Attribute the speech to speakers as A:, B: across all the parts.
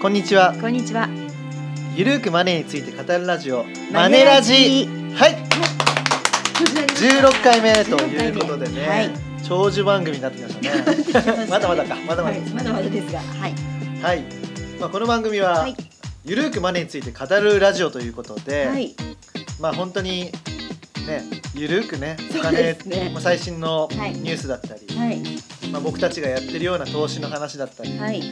A: こんにちは。
B: こんにちは。
A: ゆるーくマネーについて語るラジオマネラジ。はい、十六回目ということでね、
B: はい
A: 長寿番組になってきました ね。まだまだかまだまだ
B: はいまだまだですが、はい。
A: はい。まあこの番組は、
B: はい
A: ゆるーくマネーについて語るラジオということで、
B: はい。
A: まあ本当にね、ゆるーくね、お
B: そう
A: 金、
B: ですね
A: もう最新の
B: はい
A: ニュースだったり、
B: はい。
A: まあ僕たちがやってるような投資の話だったり、
B: はい。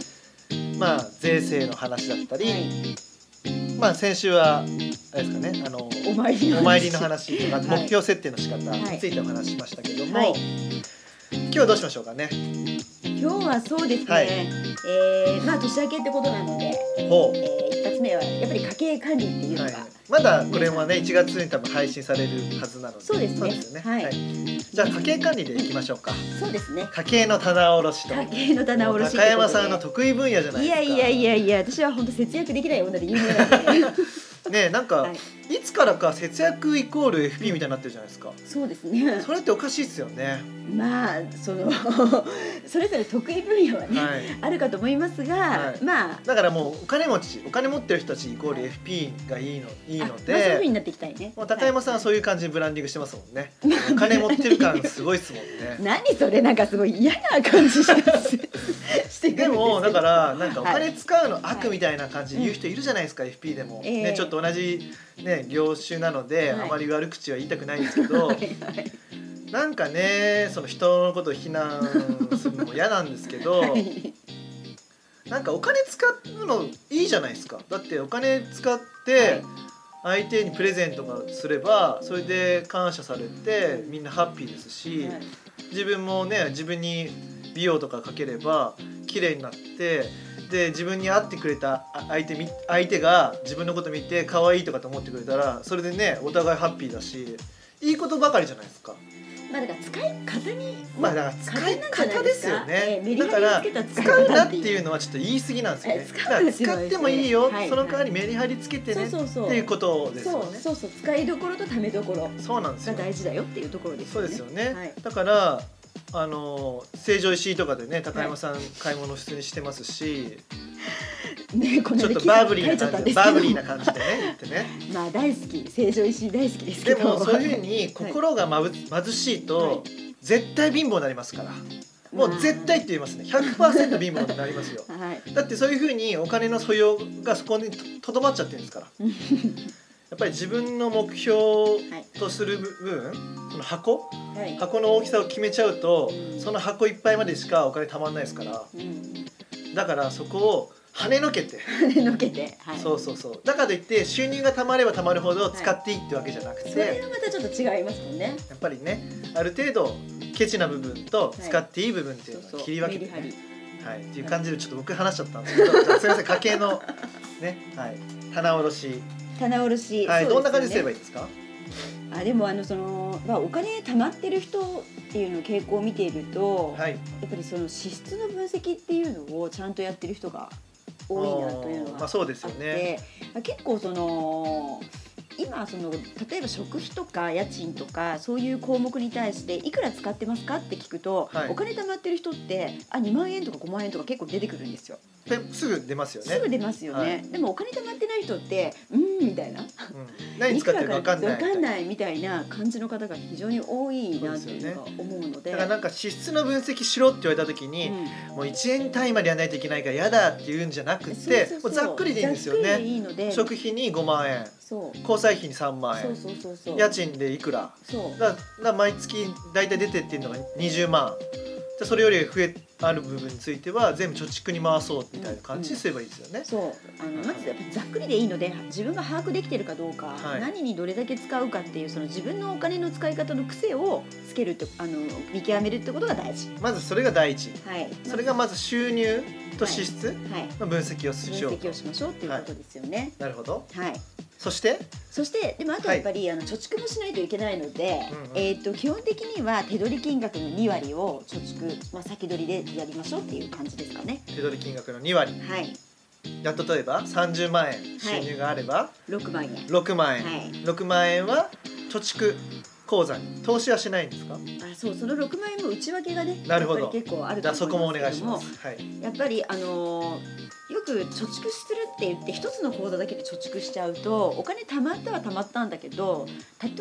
A: まあ税制の話だったり、まあ先週はあれですかね、あの
B: お参りの話。
A: お参りの話とか
B: い
A: 目標設定の仕方についてお話ししましたけども、
B: はい
A: 今日はどうしましょうかね。
B: 今日はそうですね。
A: はい
B: えーまあ年明けってことなので、
A: ほ
B: え
A: う
B: ー一発目はやっぱり家計管理っていうの
A: は
B: が、
A: い、まだこれはね1月に多分配信されるはずなので
B: そうですね
A: よ
B: はい
A: じゃあ家計管理でいきましょうか
B: そうですね。
A: 家計の棚卸しと
B: 家計の棚卸しってことで。
A: 高山さんの得意分野じゃないです
B: いや
A: か
B: いやいやいや、私は本当節約できない女で有名 なんで、
A: ねなんか、
B: はいい、
A: つからか節約イコール FP みたいになってるじゃないですか、
B: そうですね。
A: それっておかしいですよね
B: まあその それぞれ得意分野はね、
A: はい
B: あるかと思いますが、
A: はい
B: まあ
A: だからもうお金持ちお金持ってる人たちイコール FP がいいのいいので、
B: あまあ、そういう風になっていきたいね。
A: もう高山さんはそういう感じでブランディングしてますもんね。お金持ってる感すごいですもんね。
B: 何それなんかすごい嫌な感じしますして くるんですけ
A: で
B: ど
A: もだからなんかお
B: は
A: 金
B: い
A: 使うの悪みたいな感じで言う人いるじゃないですか FP でも、
B: ええ
A: ね、ちょっと同じ、ね、業種なので
B: は
A: あ
B: い
A: まり悪口は言いたくないんですけど、
B: はいはい
A: なんかねその人のことを非難するのも嫌なんですけど、
B: はい
A: なんかお金使うのいいじゃないですかだってお金使っ
B: は
A: て
B: い
A: 相手にプレゼントがすればそれで感謝されてみんなハッピーですし。自分もね自分に美容とかかければ綺麗になってで自分に会ってくれたあ相手み相手が自分のこと見て可愛いとかと思ってくれたらそれでねお互いハッピーだしいいことばかりじゃないですか。
B: まあだから使い方に
A: まあだから使い方ですよね。だ
B: だ
A: か
B: からら
A: 使うなっていうのはちょっと言い過ぎなんですよね。だ
B: え使
A: か
B: うん
A: ら
B: ですよ
A: 使ってもいいよ。
B: はい
A: その代わりメリハリつけてねっ
B: そうそうそう
A: ていうことです
B: そ
A: よ
B: う
A: ね。
B: そうそう使いどころとためどころ
A: そうなんです
B: が
A: よ。
B: 大事だよっていうところです
A: そう
B: よね
A: ですよね、
B: はい
A: だからあの成城石井とかでね高山さん買い物普通にしてますし、
B: ねこの
A: ちょっ
B: 間
A: とバーブリーな
B: 書いちゃった
A: 感じで
B: んですけ
A: バ
B: ど
A: ーブリーな感じでね言ってね
B: まあ大好き成城石井大好きですけ
A: で
B: ど
A: もそういうふうに心がまぶ貧しいと、絶対貧乏になりますからもう絶対って言いますね100%貧乏になります よ
B: はい
A: だってそういうふうにお金の素養がそこにととどまっちゃってるんですからやっぱり自分の目標とする部分、その箱
B: はい、
A: 箱の大きさを決めちゃうと
B: うん
A: その箱いっぱいまでしかお金たまんないですから
B: うん、
A: だからそこを跳ねのけて、
B: 跳ねのけて、はい、
A: そうそうそうだからといって収入がたまればたまるほど使っていいってわけじゃなく
B: そ
A: て、
B: れがまたちょっと違いますもんね
A: やっぱりねある程度ケチな部分と使っていい部分っていうのを切り分けて、
B: メリハリ
A: ねはい、っていう感じでちょっと僕話しちゃったんですけど じゃあすいません家計のねはい棚卸し、
B: 棚卸し、
A: はい
B: そ
A: ど
B: うん
A: な感じすれば
B: い
A: いいですか
B: いあでもあのその、まあ、お金貯まってる人っていうの傾向を見ていると、
A: はい
B: やっぱりその支出の分析っていうのをちゃんとやってる人が多いなというの
A: あー
B: は
A: まあそうです
B: あ
A: よ
B: って、
A: ね
B: まあ結構その今その例えば食費とか家賃とかそういう項目に対していくら使ってますかって聞くと、
A: はい
B: お金貯まってる人ってあ2万円とか5万円とか結構出てくるんですよ
A: ペンすぐ出ますよね
B: すぐ出ますよね、
A: はい
B: でもお金貯まってない人ってうーんみたいな
A: うん、何使ってるか分かんない
B: わかんないみたいな感じの方が非常に多いなというのが思うので
A: だからなんか支出の分析しろって言われた時に、
B: うん
A: もう1円単位までやらないといけないから嫌だっていうんじゃなくて
B: そうそうそう
A: もうざっくりでいいんですよ
B: ざっ
A: ね
B: くりでいいので
A: 食費に5万円
B: そう
A: 交際費に3万
B: そう
A: 円
B: そうそうそう
A: 家賃でいくら
B: そう
A: だだから毎月大体出てっていうのが20万じゃあそれより増えある部分については全部貯蓄に回そうみたいな感じにすればいいですよね、
B: そうあのまずやっぱりざっくりでいいので自分が把握できてるかどうか、
A: はい
B: 何にどれだけ使うかっていうその自分のお金の使い方の癖をつけるってあの見極めるってことが大事
A: まずそれが第一
B: はい
A: それがまず収入と支出
B: はい
A: の分析をしよ
B: 分
A: う
B: 析をしましょうっていうことですよね
A: なるほど
B: はい
A: そして
B: そしてでもあとはやっぱり、あの貯蓄もしないといけないので、
A: うんうん
B: えー、と基本的には手取り金額の2割を貯蓄、まあ、先取りでやりましょうっていう感じですかね。
A: 手取り金額の2割
B: はい、
A: やっと例えば30万円収入があれば、
B: 6万円
A: 6万円、
B: はい
A: 6万円は貯蓄口座に投資はしないんですか
B: あそうその6万円も内訳がね
A: なるほど
B: やっぱり結構あると
A: だ
B: 思
A: そこもお
B: い
A: 願
B: ま
A: い
B: す
A: し
B: けども
A: ますはい
B: やっぱりあのーよく貯蓄するって言って一つの口座だけで貯蓄しちゃうとお金貯まったは貯まったんだけど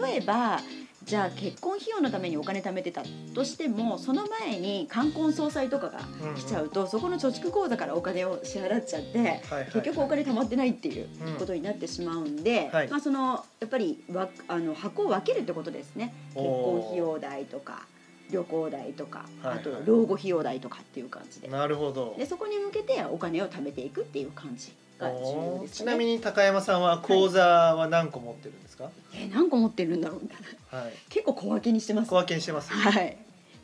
B: 例えばじゃあ結婚費用のためにお金貯めてたとしてもその前に冠婚葬祭とかが来ちゃうと、そこの貯蓄口座からお金を支払っちゃって
A: はいはい
B: 結局お金貯まってないっていう
A: うん
B: ことになってしまうんで、
A: はい
B: まあ、そのやっぱりわあの箱を分けるってことですね結
A: おー
B: 婚費用代とか旅行代とか、
A: はいはい
B: あと老後費用代とかっていう感じで
A: なるほど
B: でそこに向けてお金を貯めていくっていう感じが重要
A: おー
B: です
A: ち
B: ね。
A: なみに高山さんは口座は何個持ってるんですか
B: え何個持ってるんだろう
A: はい
B: 結構小分けにしてます
A: 小。分けにしてます
B: はい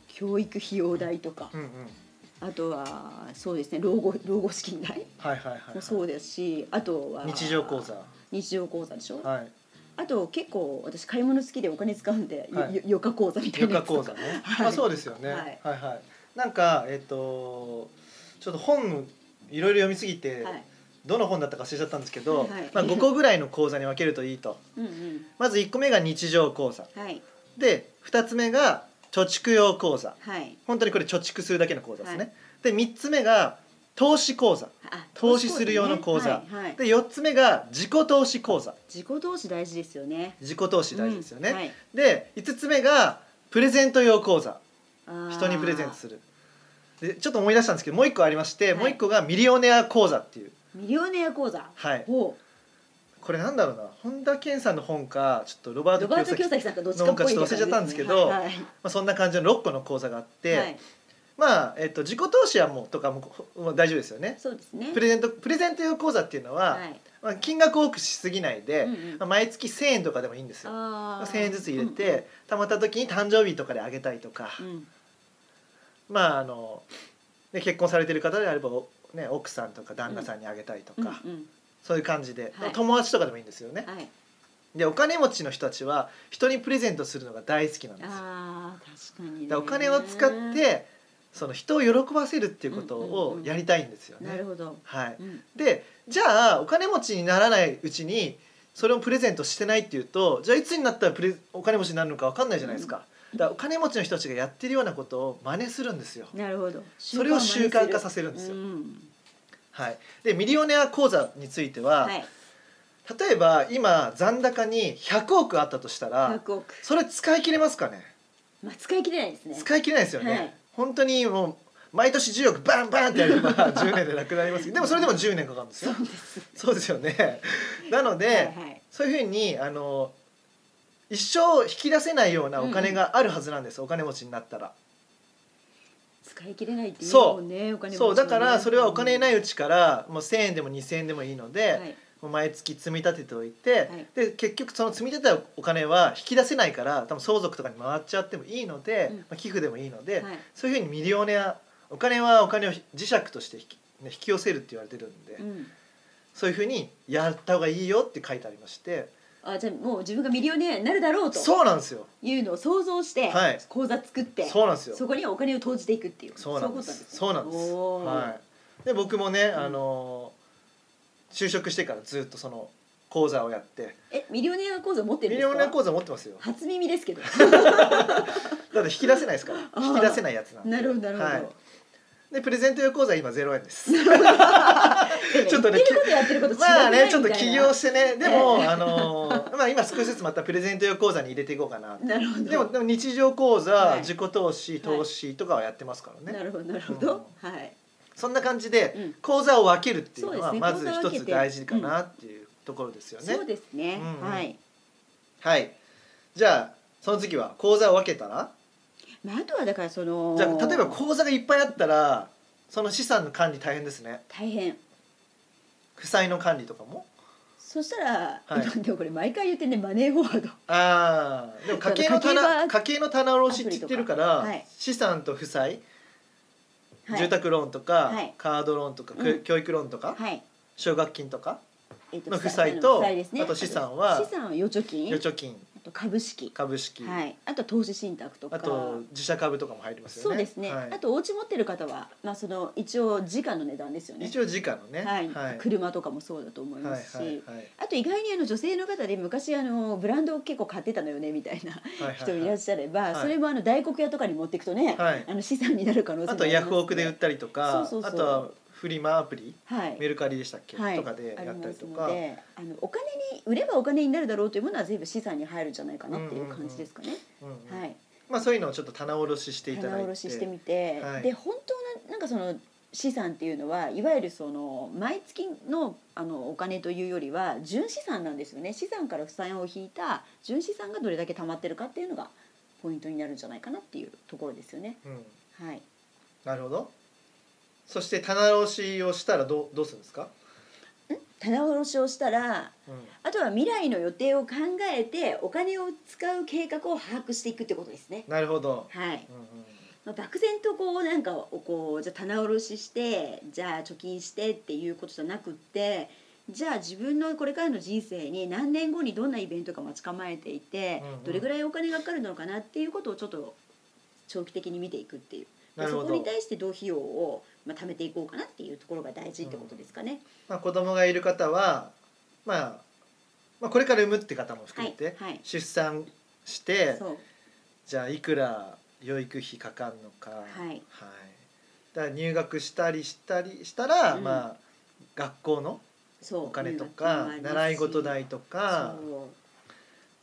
B: 教育費用代とか
A: うんうん
B: あとはそうですね老後老後資金代
A: はいはいはい
B: もそうですしあとは
A: 日常口座
B: 日常口座でしょ
A: はい
B: あと結構私買い物好きでお金使うんで、よ
A: はい
B: よ余暇口座みたい
A: 余
B: な
A: 暇
B: やつ
A: 口座
B: とか
A: ね、
B: はい
A: あそうですよね、は
B: はいい、
A: はいなんかえっ、とちょっと本いろいろ読みすぎて、
B: はい、
A: どの本だったか忘れちゃったんですけど、
B: はい
A: まあ、5個ぐらいの口座に分けるといいと
B: うんうん
A: まず1個目が日常口座
B: はい
A: で2つ目が貯蓄用口座
B: はい
A: 本当にこれ貯蓄するだけの口座ですね、
B: は
A: で3つ目が投資口座
B: あ
A: 投資する用の口座
B: そうですねはいはい
A: で4つ目が自己投資口座
B: 自己投資大事ですよね
A: 自己投資大事ですよね、
B: うんはい
A: で5つ目がプレゼント用口座
B: あー
A: 人にプレゼントするでちょっと思い出したんですけどもう一個ありまして、
B: はい
A: もう一個がミリオネア講座っていう
B: ミリオネア口座
A: はい
B: ほ
A: これなんだろうな本田健さんの本かちょっとロバ
B: う
A: ート
B: ロバート
A: 清
B: 清
A: 崎
B: 崎さんかどっちかっぽい
A: なんかちょっと忘れちゃったんですけど
B: はいはい
A: まあ、そんな感じの6個の講座があって、
B: はい
A: まあ、えっと、自己投資はもうとかもほもう大丈夫ですよね
B: そうですね
A: プレゼントプレゼント用講座っていうのは、
B: はい
A: まあ、金額多くしすぎないで、
B: うんうん
A: まあ、毎月1,000円とかでもいいんですよ
B: あー
A: 1,000円ずつ入れて、貯まった時に誕生日とかであげたりとか、
B: うんうん
A: まああの、ね、結婚されてる方であれば、おね、奥さんとか旦那さんにあげたりとか、
B: うんうん
A: そういう感じで、
B: はい
A: 友達とかでもいいんですよね。
B: はい
A: でお金持ちの人たちは人にプレゼントするのが大好きなんですよ。
B: あー確かにね
A: でお金を使ってその人を喜ばせるっていうこと
B: うんうん
A: を
B: うん
A: やりたいんですよね。
B: なるほど、
A: はい、
B: うん、
A: でじゃあお金持ちにならないうちにそれをプレゼントしてないっていうとじゃあいつになったらプレお金持ちになるのか分かんないじゃないですか。だからお金持ちの人たちがやってるようなことを真似するんですよ。
B: なるほど
A: それを習慣化さ
B: せ
A: せるんですよ。
B: うん、
A: はい、でミリオネア口座については、
B: はい
A: 例えば今残高に100億あったとしたら
B: 100億
A: それ使い切れますかね
B: まあ使い切れないですね
A: 使い切れないですよね、
B: はい
A: 本当にもう毎年10億バンバンってやれば 10年でなくなりますけどでもそれでも10年かかるんですよ
B: そうです
A: そうですよねなので、
B: はいはい、
A: そういうふうにあの一生引き出せないようなお金があるはずなんです、お金持ちになったら、
B: 使い切れないっていう
A: そう
B: もんねお金持ちはね
A: そうだからそれはお金ないうちからもう1,000円でも2,000円でもいいので、
B: はい
A: もう毎月積み立てておいて、
B: はい
A: で結局その積み立てたお金は引き出せないから多分相続とかに回っちゃってもいいので、
B: うん
A: まあ、寄付でもいいので、
B: はい
A: そういうふうにミリオネアお金はお金を磁石として引き,、ね、引き寄せるって言われてるんで、
B: うん、
A: そういうふうにやった方がいいよって書いてありまして
B: あじゃあもう自分がミリオネアになるだろうと
A: そうなんですよ
B: いうのを想像して、
A: はい
B: 口座作って
A: そうなんですよ
B: そこにお金を投じていくっていう
A: そうなんですそうなんです
B: おー
A: はい、で僕もね、
B: ん
A: あの就職してからずっとその講座をやって
B: えミリオネア口座持って
A: ミ
B: るん
A: リ
B: ですか
A: オネア講座持ってますよ
B: 初耳で すけど
A: だって引き出せないですから
B: あー
A: 引き出せないやつなんで
B: なるほどなるほど、
A: はいでプレゼント用口座今ゼロ円です。ち
B: ち
A: ょ
B: ょ
A: っ
B: っ
A: と
B: と
A: ね
B: ね言ってることやってること違うく
A: まあ
B: ない
A: ね
B: み
A: ちょっと
B: たい
A: 起
B: な
A: 業してね でもあのーまあ今少しずつまたプレゼント用口座に入れていこうかなって
B: なるほど
A: でもでも日常口座、
B: はい
A: 自己投資投資とかはやってますからね、
B: なるほどなるほど、はい
A: そんな感じで、
B: うん
A: 口座を分けるっていうのは
B: そうですね
A: まず
B: 口座
A: 一
B: を分け
A: つ
B: て
A: 大事かなっていうところですよね、
B: そうですね、
A: うんうん
B: はい、
A: はいじゃあその次は口座を分けたら
B: まあ、あとはだからその
A: じゃあ例えば口座がいっぱいあったらその資産の管理大変ですね
B: 大変
A: 負債の管理とかも
B: そしたら、
A: はい
B: なんでもこれ毎回言ってねマネーフォワード
A: ああでも家計の
B: そうだ
A: 棚
B: 家計は
A: 家計の棚卸しって言ってるから、
B: アプリとかはい
A: 資産と負債、
B: はい
A: 住宅ローンとか、
B: はい
A: カードローンとか、く
B: うん
A: 教育ローンとか
B: はい、
A: 奨学金とか
B: えっと
A: の負債と
B: 負債ですね
A: あと資産は
B: 資産は預貯金
A: 預貯金
B: あと株式
A: 株式、
B: はいあと投資信託とか
A: あと自社株とかも入りますよね
B: そうですね、
A: はい
B: あとお家持ってる方はまあその一応時価の値段ですよね
A: 一応時価のね
B: はい、
A: はい
B: 車とかもそうだと思いますし、
A: はいはいはい
B: あと意外にあの女性の方で昔あのブランドを結構買ってたのよねみたいな
A: はいはい
B: 人いらっしゃれば、
A: い
B: それもあの大黒屋とかに持っていくとね、
A: はい
B: あの資産になる可能性も
A: あ
B: ありま
A: とヤ
B: す
A: フオクで売ったりとか
B: そうそうそう
A: あとはフリマアプリ
B: はい
A: メルカリでしたっけ、
B: はい
A: とかで
B: あ
A: や
B: り
A: った
B: ま
A: り
B: す
A: と
B: の
A: か
B: であのお金に売ればお金になるだろうというものは全部資産に入るんじゃないかなっていう感じですかね。
A: うんうん
B: はい、
A: まあ、そういうのをちょっと棚卸ししていただ
B: 棚
A: いて
B: 卸ししてみて、
A: はい
B: で本当のなんかその資産っていうのはいわゆるその毎月のあのお金というよりは純資産なんですよね資産から負債を引いた純資産がどれだけ溜まってるかっていうのがポイントになるんじゃないかなっていうところですよね。
A: うん、
B: はい、
A: なるほどそして棚卸しをしたらどうどうするんですか、
B: 棚卸しをしたら
A: うん
B: あとは未来の予定を考えてお金を使う計画を把握していくってことですね。
A: なるほど、
B: はい、
A: うんうん
B: まあ、漠然とこうなんかをこうじゃあ棚卸ししてじゃあ貯金してっていうことじゃなくってじゃあ自分のこれからの人生に何年後にどんなイベントが待ち構えていて、
A: うんうん
B: どれぐらいお金がかかるのかなっていうことをちょっと長期的に見ていくっていう。で
A: なる
B: そ
A: ほ
B: こに
A: ど、
B: 対してどう費用を、まあ、貯めていこうかなっていうところが大事ってことですかね。
A: まあ、子供がいる方は、まあ、まあこれから産むって方も含
B: はい
A: めて、
B: はい。
A: 出産して
B: そう
A: じゃあいくら養育費かかんのか、はいだから入学したりしたりしたら、
B: うん
A: まあ学校の
B: そう。
A: お金と
B: 入学
A: か
B: もありますし
A: 習い事代とか、
B: そ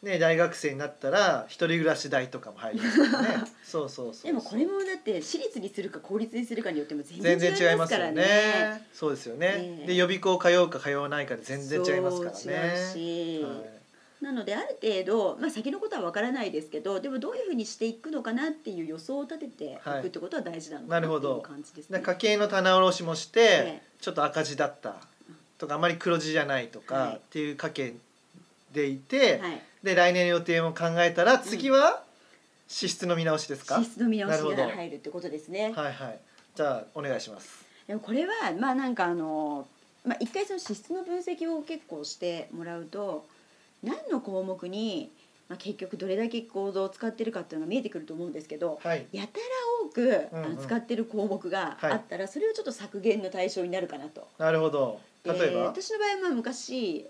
B: う
A: ね、大学生になったら一人暮らし代とかも入りますよ ねそうそうそうそう
B: でもこれもだって私立にするか公立にするかによっても全
A: 全
B: 然
A: 然違
B: 違い
A: い
B: ま
A: ますす
B: から
A: よ
B: ね
A: ね。そうですよね
B: ねえ
A: で予備校通うか通わないかで全然違いますから
B: そう
A: ね。
B: 違うし、
A: はい
B: なのである程度、まあ、先のことは分からないですけどでもどういうふうにしていくのかなっていう予想を立てて
A: はい
B: いくってことは大事なの
A: な
B: かな
A: るほ
B: ってい
A: ど
B: う感じですね。
A: だから家計の棚卸しもして、
B: え
A: ちょっと赤字だったとかあまり黒字じゃないとか、
B: はい
A: っていう家計でいて、
B: はい、
A: で来年の予定も考えたら次は支出の見直しですか、
B: 支出の見直し
A: なるほ
B: が
A: ど
B: 入るってことですね。
A: はいはいじゃあお願いします。
B: でもこれはまあなんかあの、まあ、一回その支出の分析を結構してもらうと何の項目に、まあ、結局どれだけ構造を使ってるかっていうのが見えてくると思うんですけど
A: はい
B: やたら多く、
A: うんうん
B: あの使ってる項目があったら、それをちょっと削減の対象になるかなと。
A: なるほど例え
B: で
A: ば、
B: 私の場合はまあ昔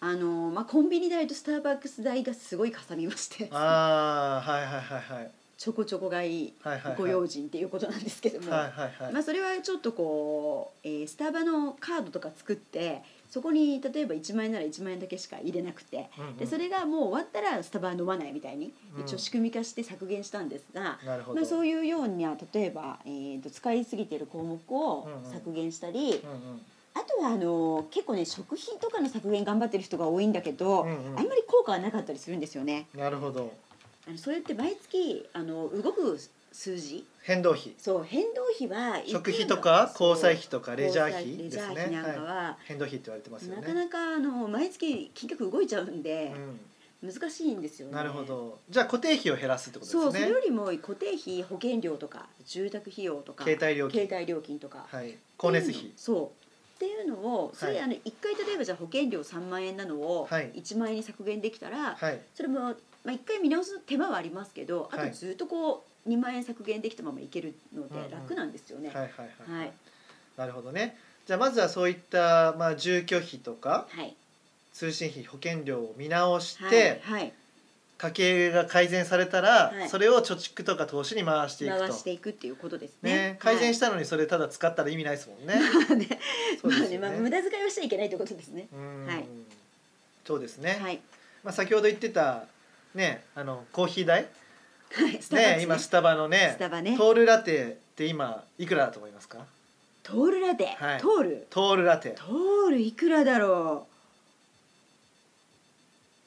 B: あの、まあ、コンビニ代とスターバックス代がすごいかさみまして
A: ああはいはいはいはい
B: ちょこちょこがいい
A: はいはいはい
B: ご用心っていうことなんですけども。
A: はいはいはい、
B: まあ、それはちょっとこう、えースタバのカードとか作ってそこに例えば1万円なら1万円だけしか入れなくて
A: うんうん
B: でそれがもう終わったらスタバは飲まないみたいに
A: うん
B: 一応仕組み化して削減したんですが、
A: なるほど、
B: まあ、そういうようには例えば、えー、と使いすぎてる項目を
A: うんうん
B: 削減したり、
A: うんうん
B: あとはあの結構ね食品とかの削減頑張ってる人が多いんだけど、
A: うんうん
B: あんまり効果はなかったりするんですよね。
A: なるほど
B: あのそれって毎月あの動く数字
A: 変動費
B: そう変動費は
A: 食費とか
B: そう
A: 交際費とかレジャー費
B: レ
A: で
B: ジャ
A: す
B: ー
A: ね
B: 費なんかは、
A: い、変動費って言われてますよね
B: なかなかあの毎月金額動いちゃうんで、難しいんですよ
A: うん、
B: ね。
A: なるほどじゃあ固定費を減らすってことですね
B: そうそれよりも固定費保険料とか住宅費用とか
A: 携帯料金
B: 携帯料金とか
A: はい光熱
B: っていう
A: 費
B: のそうっていうのをそれ、
A: はい
B: あの一回例えばじゃあ保険料3万円なのを
A: はい
B: 1万円に削減できたら、
A: はい
B: それも、まあ、一回見直す手間はありますけどあ
A: は
B: と
A: い
B: ずっとこう2万円削減できたままいけるの
A: うんうん
B: で楽なんですよね。
A: はいはいはい、
B: はい
A: なるほどねじゃあまずはそういった、まあ、住居費とか
B: はい
A: 通信費保険料を見直して、
B: はいはい、
A: 家計が改善されたら、
B: はい
A: それを貯蓄とか投資に回していくと
B: 回していくっていうことです
A: ね
B: ね。
A: 改善
B: し
A: したのにそれただ使ったら意味ないですもんね。
B: た ね。
A: そう
B: まあ
A: です
B: ね、
A: よ
B: まあ無駄遣いをしちゃいけないってことですね。
A: うん
B: はい
A: そうですね、
B: はい
A: まあ、先ほど言ってた、ね、あのコーヒー代、ね
B: はい。スタバですね
A: 今スタバのね
B: スタバね
A: トールラテって今いくらだと思いますか
B: トールラテ、
A: はい
B: トール
A: トールラテ
B: トールいくらだろう。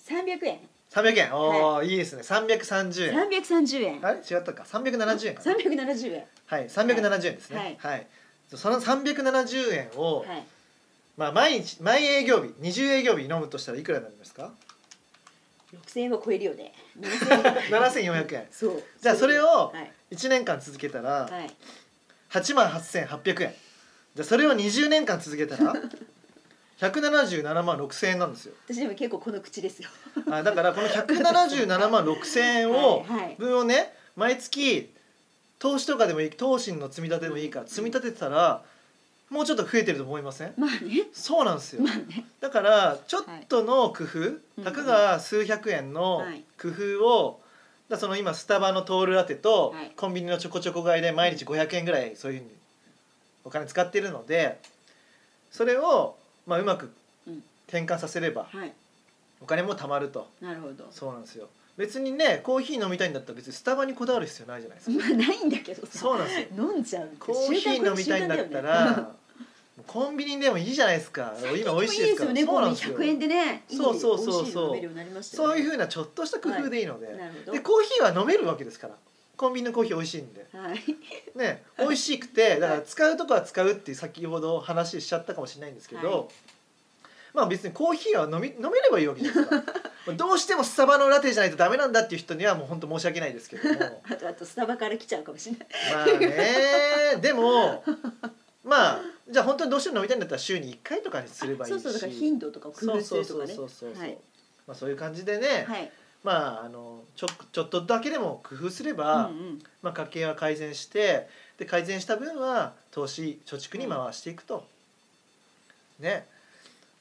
B: 三百円、
A: 300円おー、い、いですね330円
B: 三百三十円、
A: あれ違ったか370円かな
B: 三百七十円。
A: はい370円ですね
B: はい
A: はい、その370円を、
B: はい。
A: まあ、毎日毎営業日20営業日飲むとしたらいくらになりますか
B: 六千円を超えるよね。7000
A: 7400円
B: そう。
A: じゃあそれを
B: はい。
A: 1年間続けたら
B: はい。
A: 8万8800円じゃあそれを20年間続けた ら177万6000円なんですよ
B: 私でも結構この口ですよ。
A: あだからこの177万6000円を
B: はいはい
A: 分をね毎月投資とかでもいい投資の積み立てでもいいから積み立ててたらもうちょっと増えてると思いません
B: まあね。
A: そうなんですよ
B: まあね。
A: だからちょっとの工夫、
B: うん
A: たかが数百円の
B: はい
A: 工夫を、だからその今スタバのトールラテと
B: はい
A: コンビニのチョコチョコ買いで毎日500円ぐらいそういうふうにお金使ってるのでそれを、まあ、うまく
B: うん
A: 転換させれば
B: はい
A: お金も貯まると
B: なるほど
A: そうなんですよ別にねコーヒー飲みたいんだったら別にスタバにこだわる必要ないじゃないですか
B: まあないんだけどさ
A: そうなんですよ
B: 飲んじゃうって
A: コーヒー飲みたいんだった
B: 習慣だよね
A: らコンビニでもいいじゃないですか今美味しいですから
B: 最近も
A: そうな
B: い
A: ん
B: い
A: で
B: です
A: す
B: よ
A: よ
B: ね5円100円でねいい
A: そうそうそうそう
B: 美味しいの飲めるようになりましたよね
A: そういうふうなちょっとした工夫でいいので、
B: なるほ
A: で
B: ど
A: コーヒーは飲めるわけですからコンビニのコーヒー美味しいんで
B: はい
A: ね美味しくてだから使うとこは使うっていう先ほど話しちゃったかもしれないんですけど、
B: はい
A: まあ別にコーヒーは飲み飲めればいいわけじゃないです かまあどうしてもスタバのラテじゃないとダメなんだっていう人にはもう本当申し訳ないですけども
B: あとあとスタバから来ちゃうかもしれない
A: まあねでもまあじゃあ本当にどうしても飲みたいんだったら週に1回とかにすればいいし
B: そうそうだから頻度とかを工夫するとかね
A: そうそうそうそうそう、
B: はい
A: まあ、そういう感じでね、
B: はい
A: まああのちょちょっとだけでも工夫すれば、
B: うんうん
A: まあ、家計は改善してで改善した分は投資貯蓄に回していくと、ね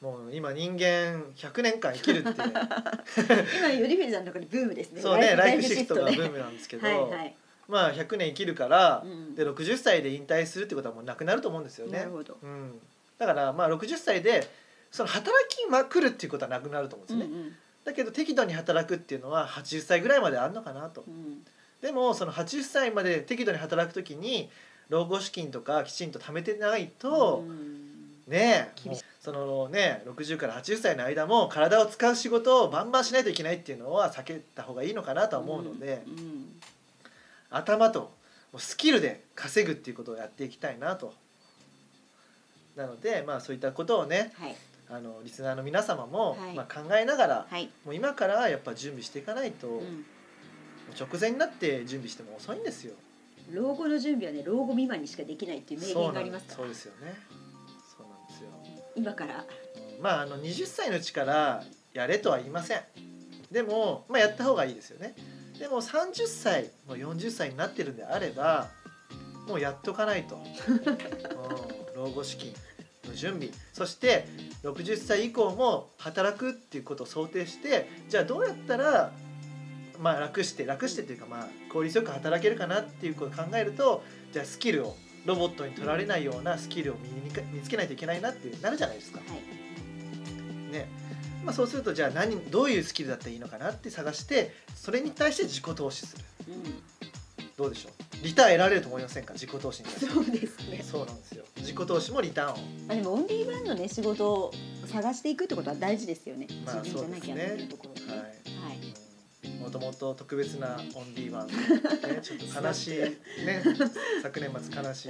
A: もう今人間100年間生きるっていうね
B: 今よりフェリさんの中でブーム ですね
A: そうねライフシフトが
B: ね
A: ブームなんですけど、
B: はいはい
A: まあ100年生きるから
B: う、ん
A: で60歳で引退するってことはもうなくなると思うんですよ
B: な
A: ね
B: る。ほど
A: うん、だからまあ60歳でその働きまくるっていうことはなくなると思うんです
B: うん
A: ね、だけど適度に働くっていうのは80歳ぐらいまであるのかなと
B: うんうん
A: でもその80歳まで適度に働くときに老後資金とかきちんと貯めてないと、
B: うん
A: ねえ
B: 厳し
A: もうそのね60から80歳の間も体を使う仕事をバンバンしないといけないっていうのは避けた方がいいのかなとは思うので、
B: うんうん
A: 頭ともうスキルで稼ぐっていうことをやっていきたいなと。なのでまあそういったことをね
B: はい
A: あのリスナーの皆様も、
B: はい
A: まあ、考えながら、
B: はい
A: もう今からやっぱ準備していかないと、
B: う
A: もうん直前になって準備しても遅いんですよ。
B: 老後の準備はね老後未満にしかできないっていう名
A: そう
B: 言が
A: な
B: あ
A: ん
B: り
A: で
B: ます
A: す
B: か
A: そう
B: ら
A: ですよねそうなんですよ
B: 今から
A: まああの20歳のうちからやれとは言いませんでも、まあ、やった方がいいですよねでも30歳もう40歳になってるんであればもうやっとかないと、うん老後資金の準備そして60歳以降も働くっていうことを想定してじゃあどうやったらまあ楽して楽してというかまあ効率よく働けるかなっていうことを考えるとじゃあスキルをロボットに取られないようなスキルを身に見つけないといけないなってなるじゃないですか。
B: はい
A: ねまあ、そうするとじゃあ何どういうスキルだったらいいのかなって探してそれに対して自己投資する
B: うん
A: どうでしょうリターン得られると思いませんか自己投資に対して
B: そうですね
A: そうなんですよ自己投資もリターンを
B: まあでもオンリーワンのね仕事を探していくってことは大事ですよね。
A: まあ
B: 自分じゃなきゃな
A: そうですね
B: らないところね。
A: は
B: はい。
A: いもともと特別なオンリーワン、 ね、ちょっと悲しいね昨年末悲しい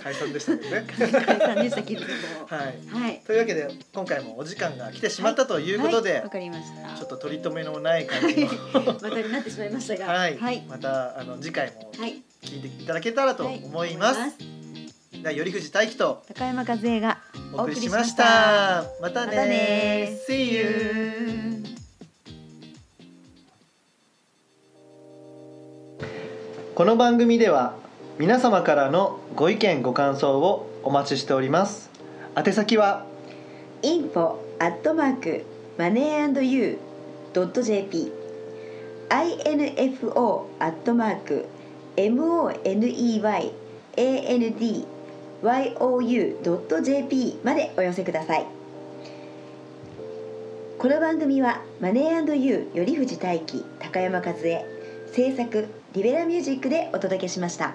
A: 解散でしたけどね
B: 解散でしたけれども。
A: はい
B: はい。
A: というわけで今回もお時間が来てしまったということで、
B: はいわかりまし。
A: ちょったと取り留めのない感じの
B: またになってしまいましたが。
A: はい、
B: はい。
A: またあの次回も
B: はい。
A: 聞いていただけたらと思います、
B: は
A: ではよりふじ大輝と
B: 高山和恵が。
A: お送りしました。また
B: また
A: ね
B: ね。
A: See you。この番組では皆様からのご意見ご感想をお待ちしております。宛先は
B: info アットマークマネー and you ドット jp info アットマーク money and you ドット jp までお寄せくださいこの番組はマネー and you 頼藤大輝高山和恵制作リベラミュージックでお届けしました。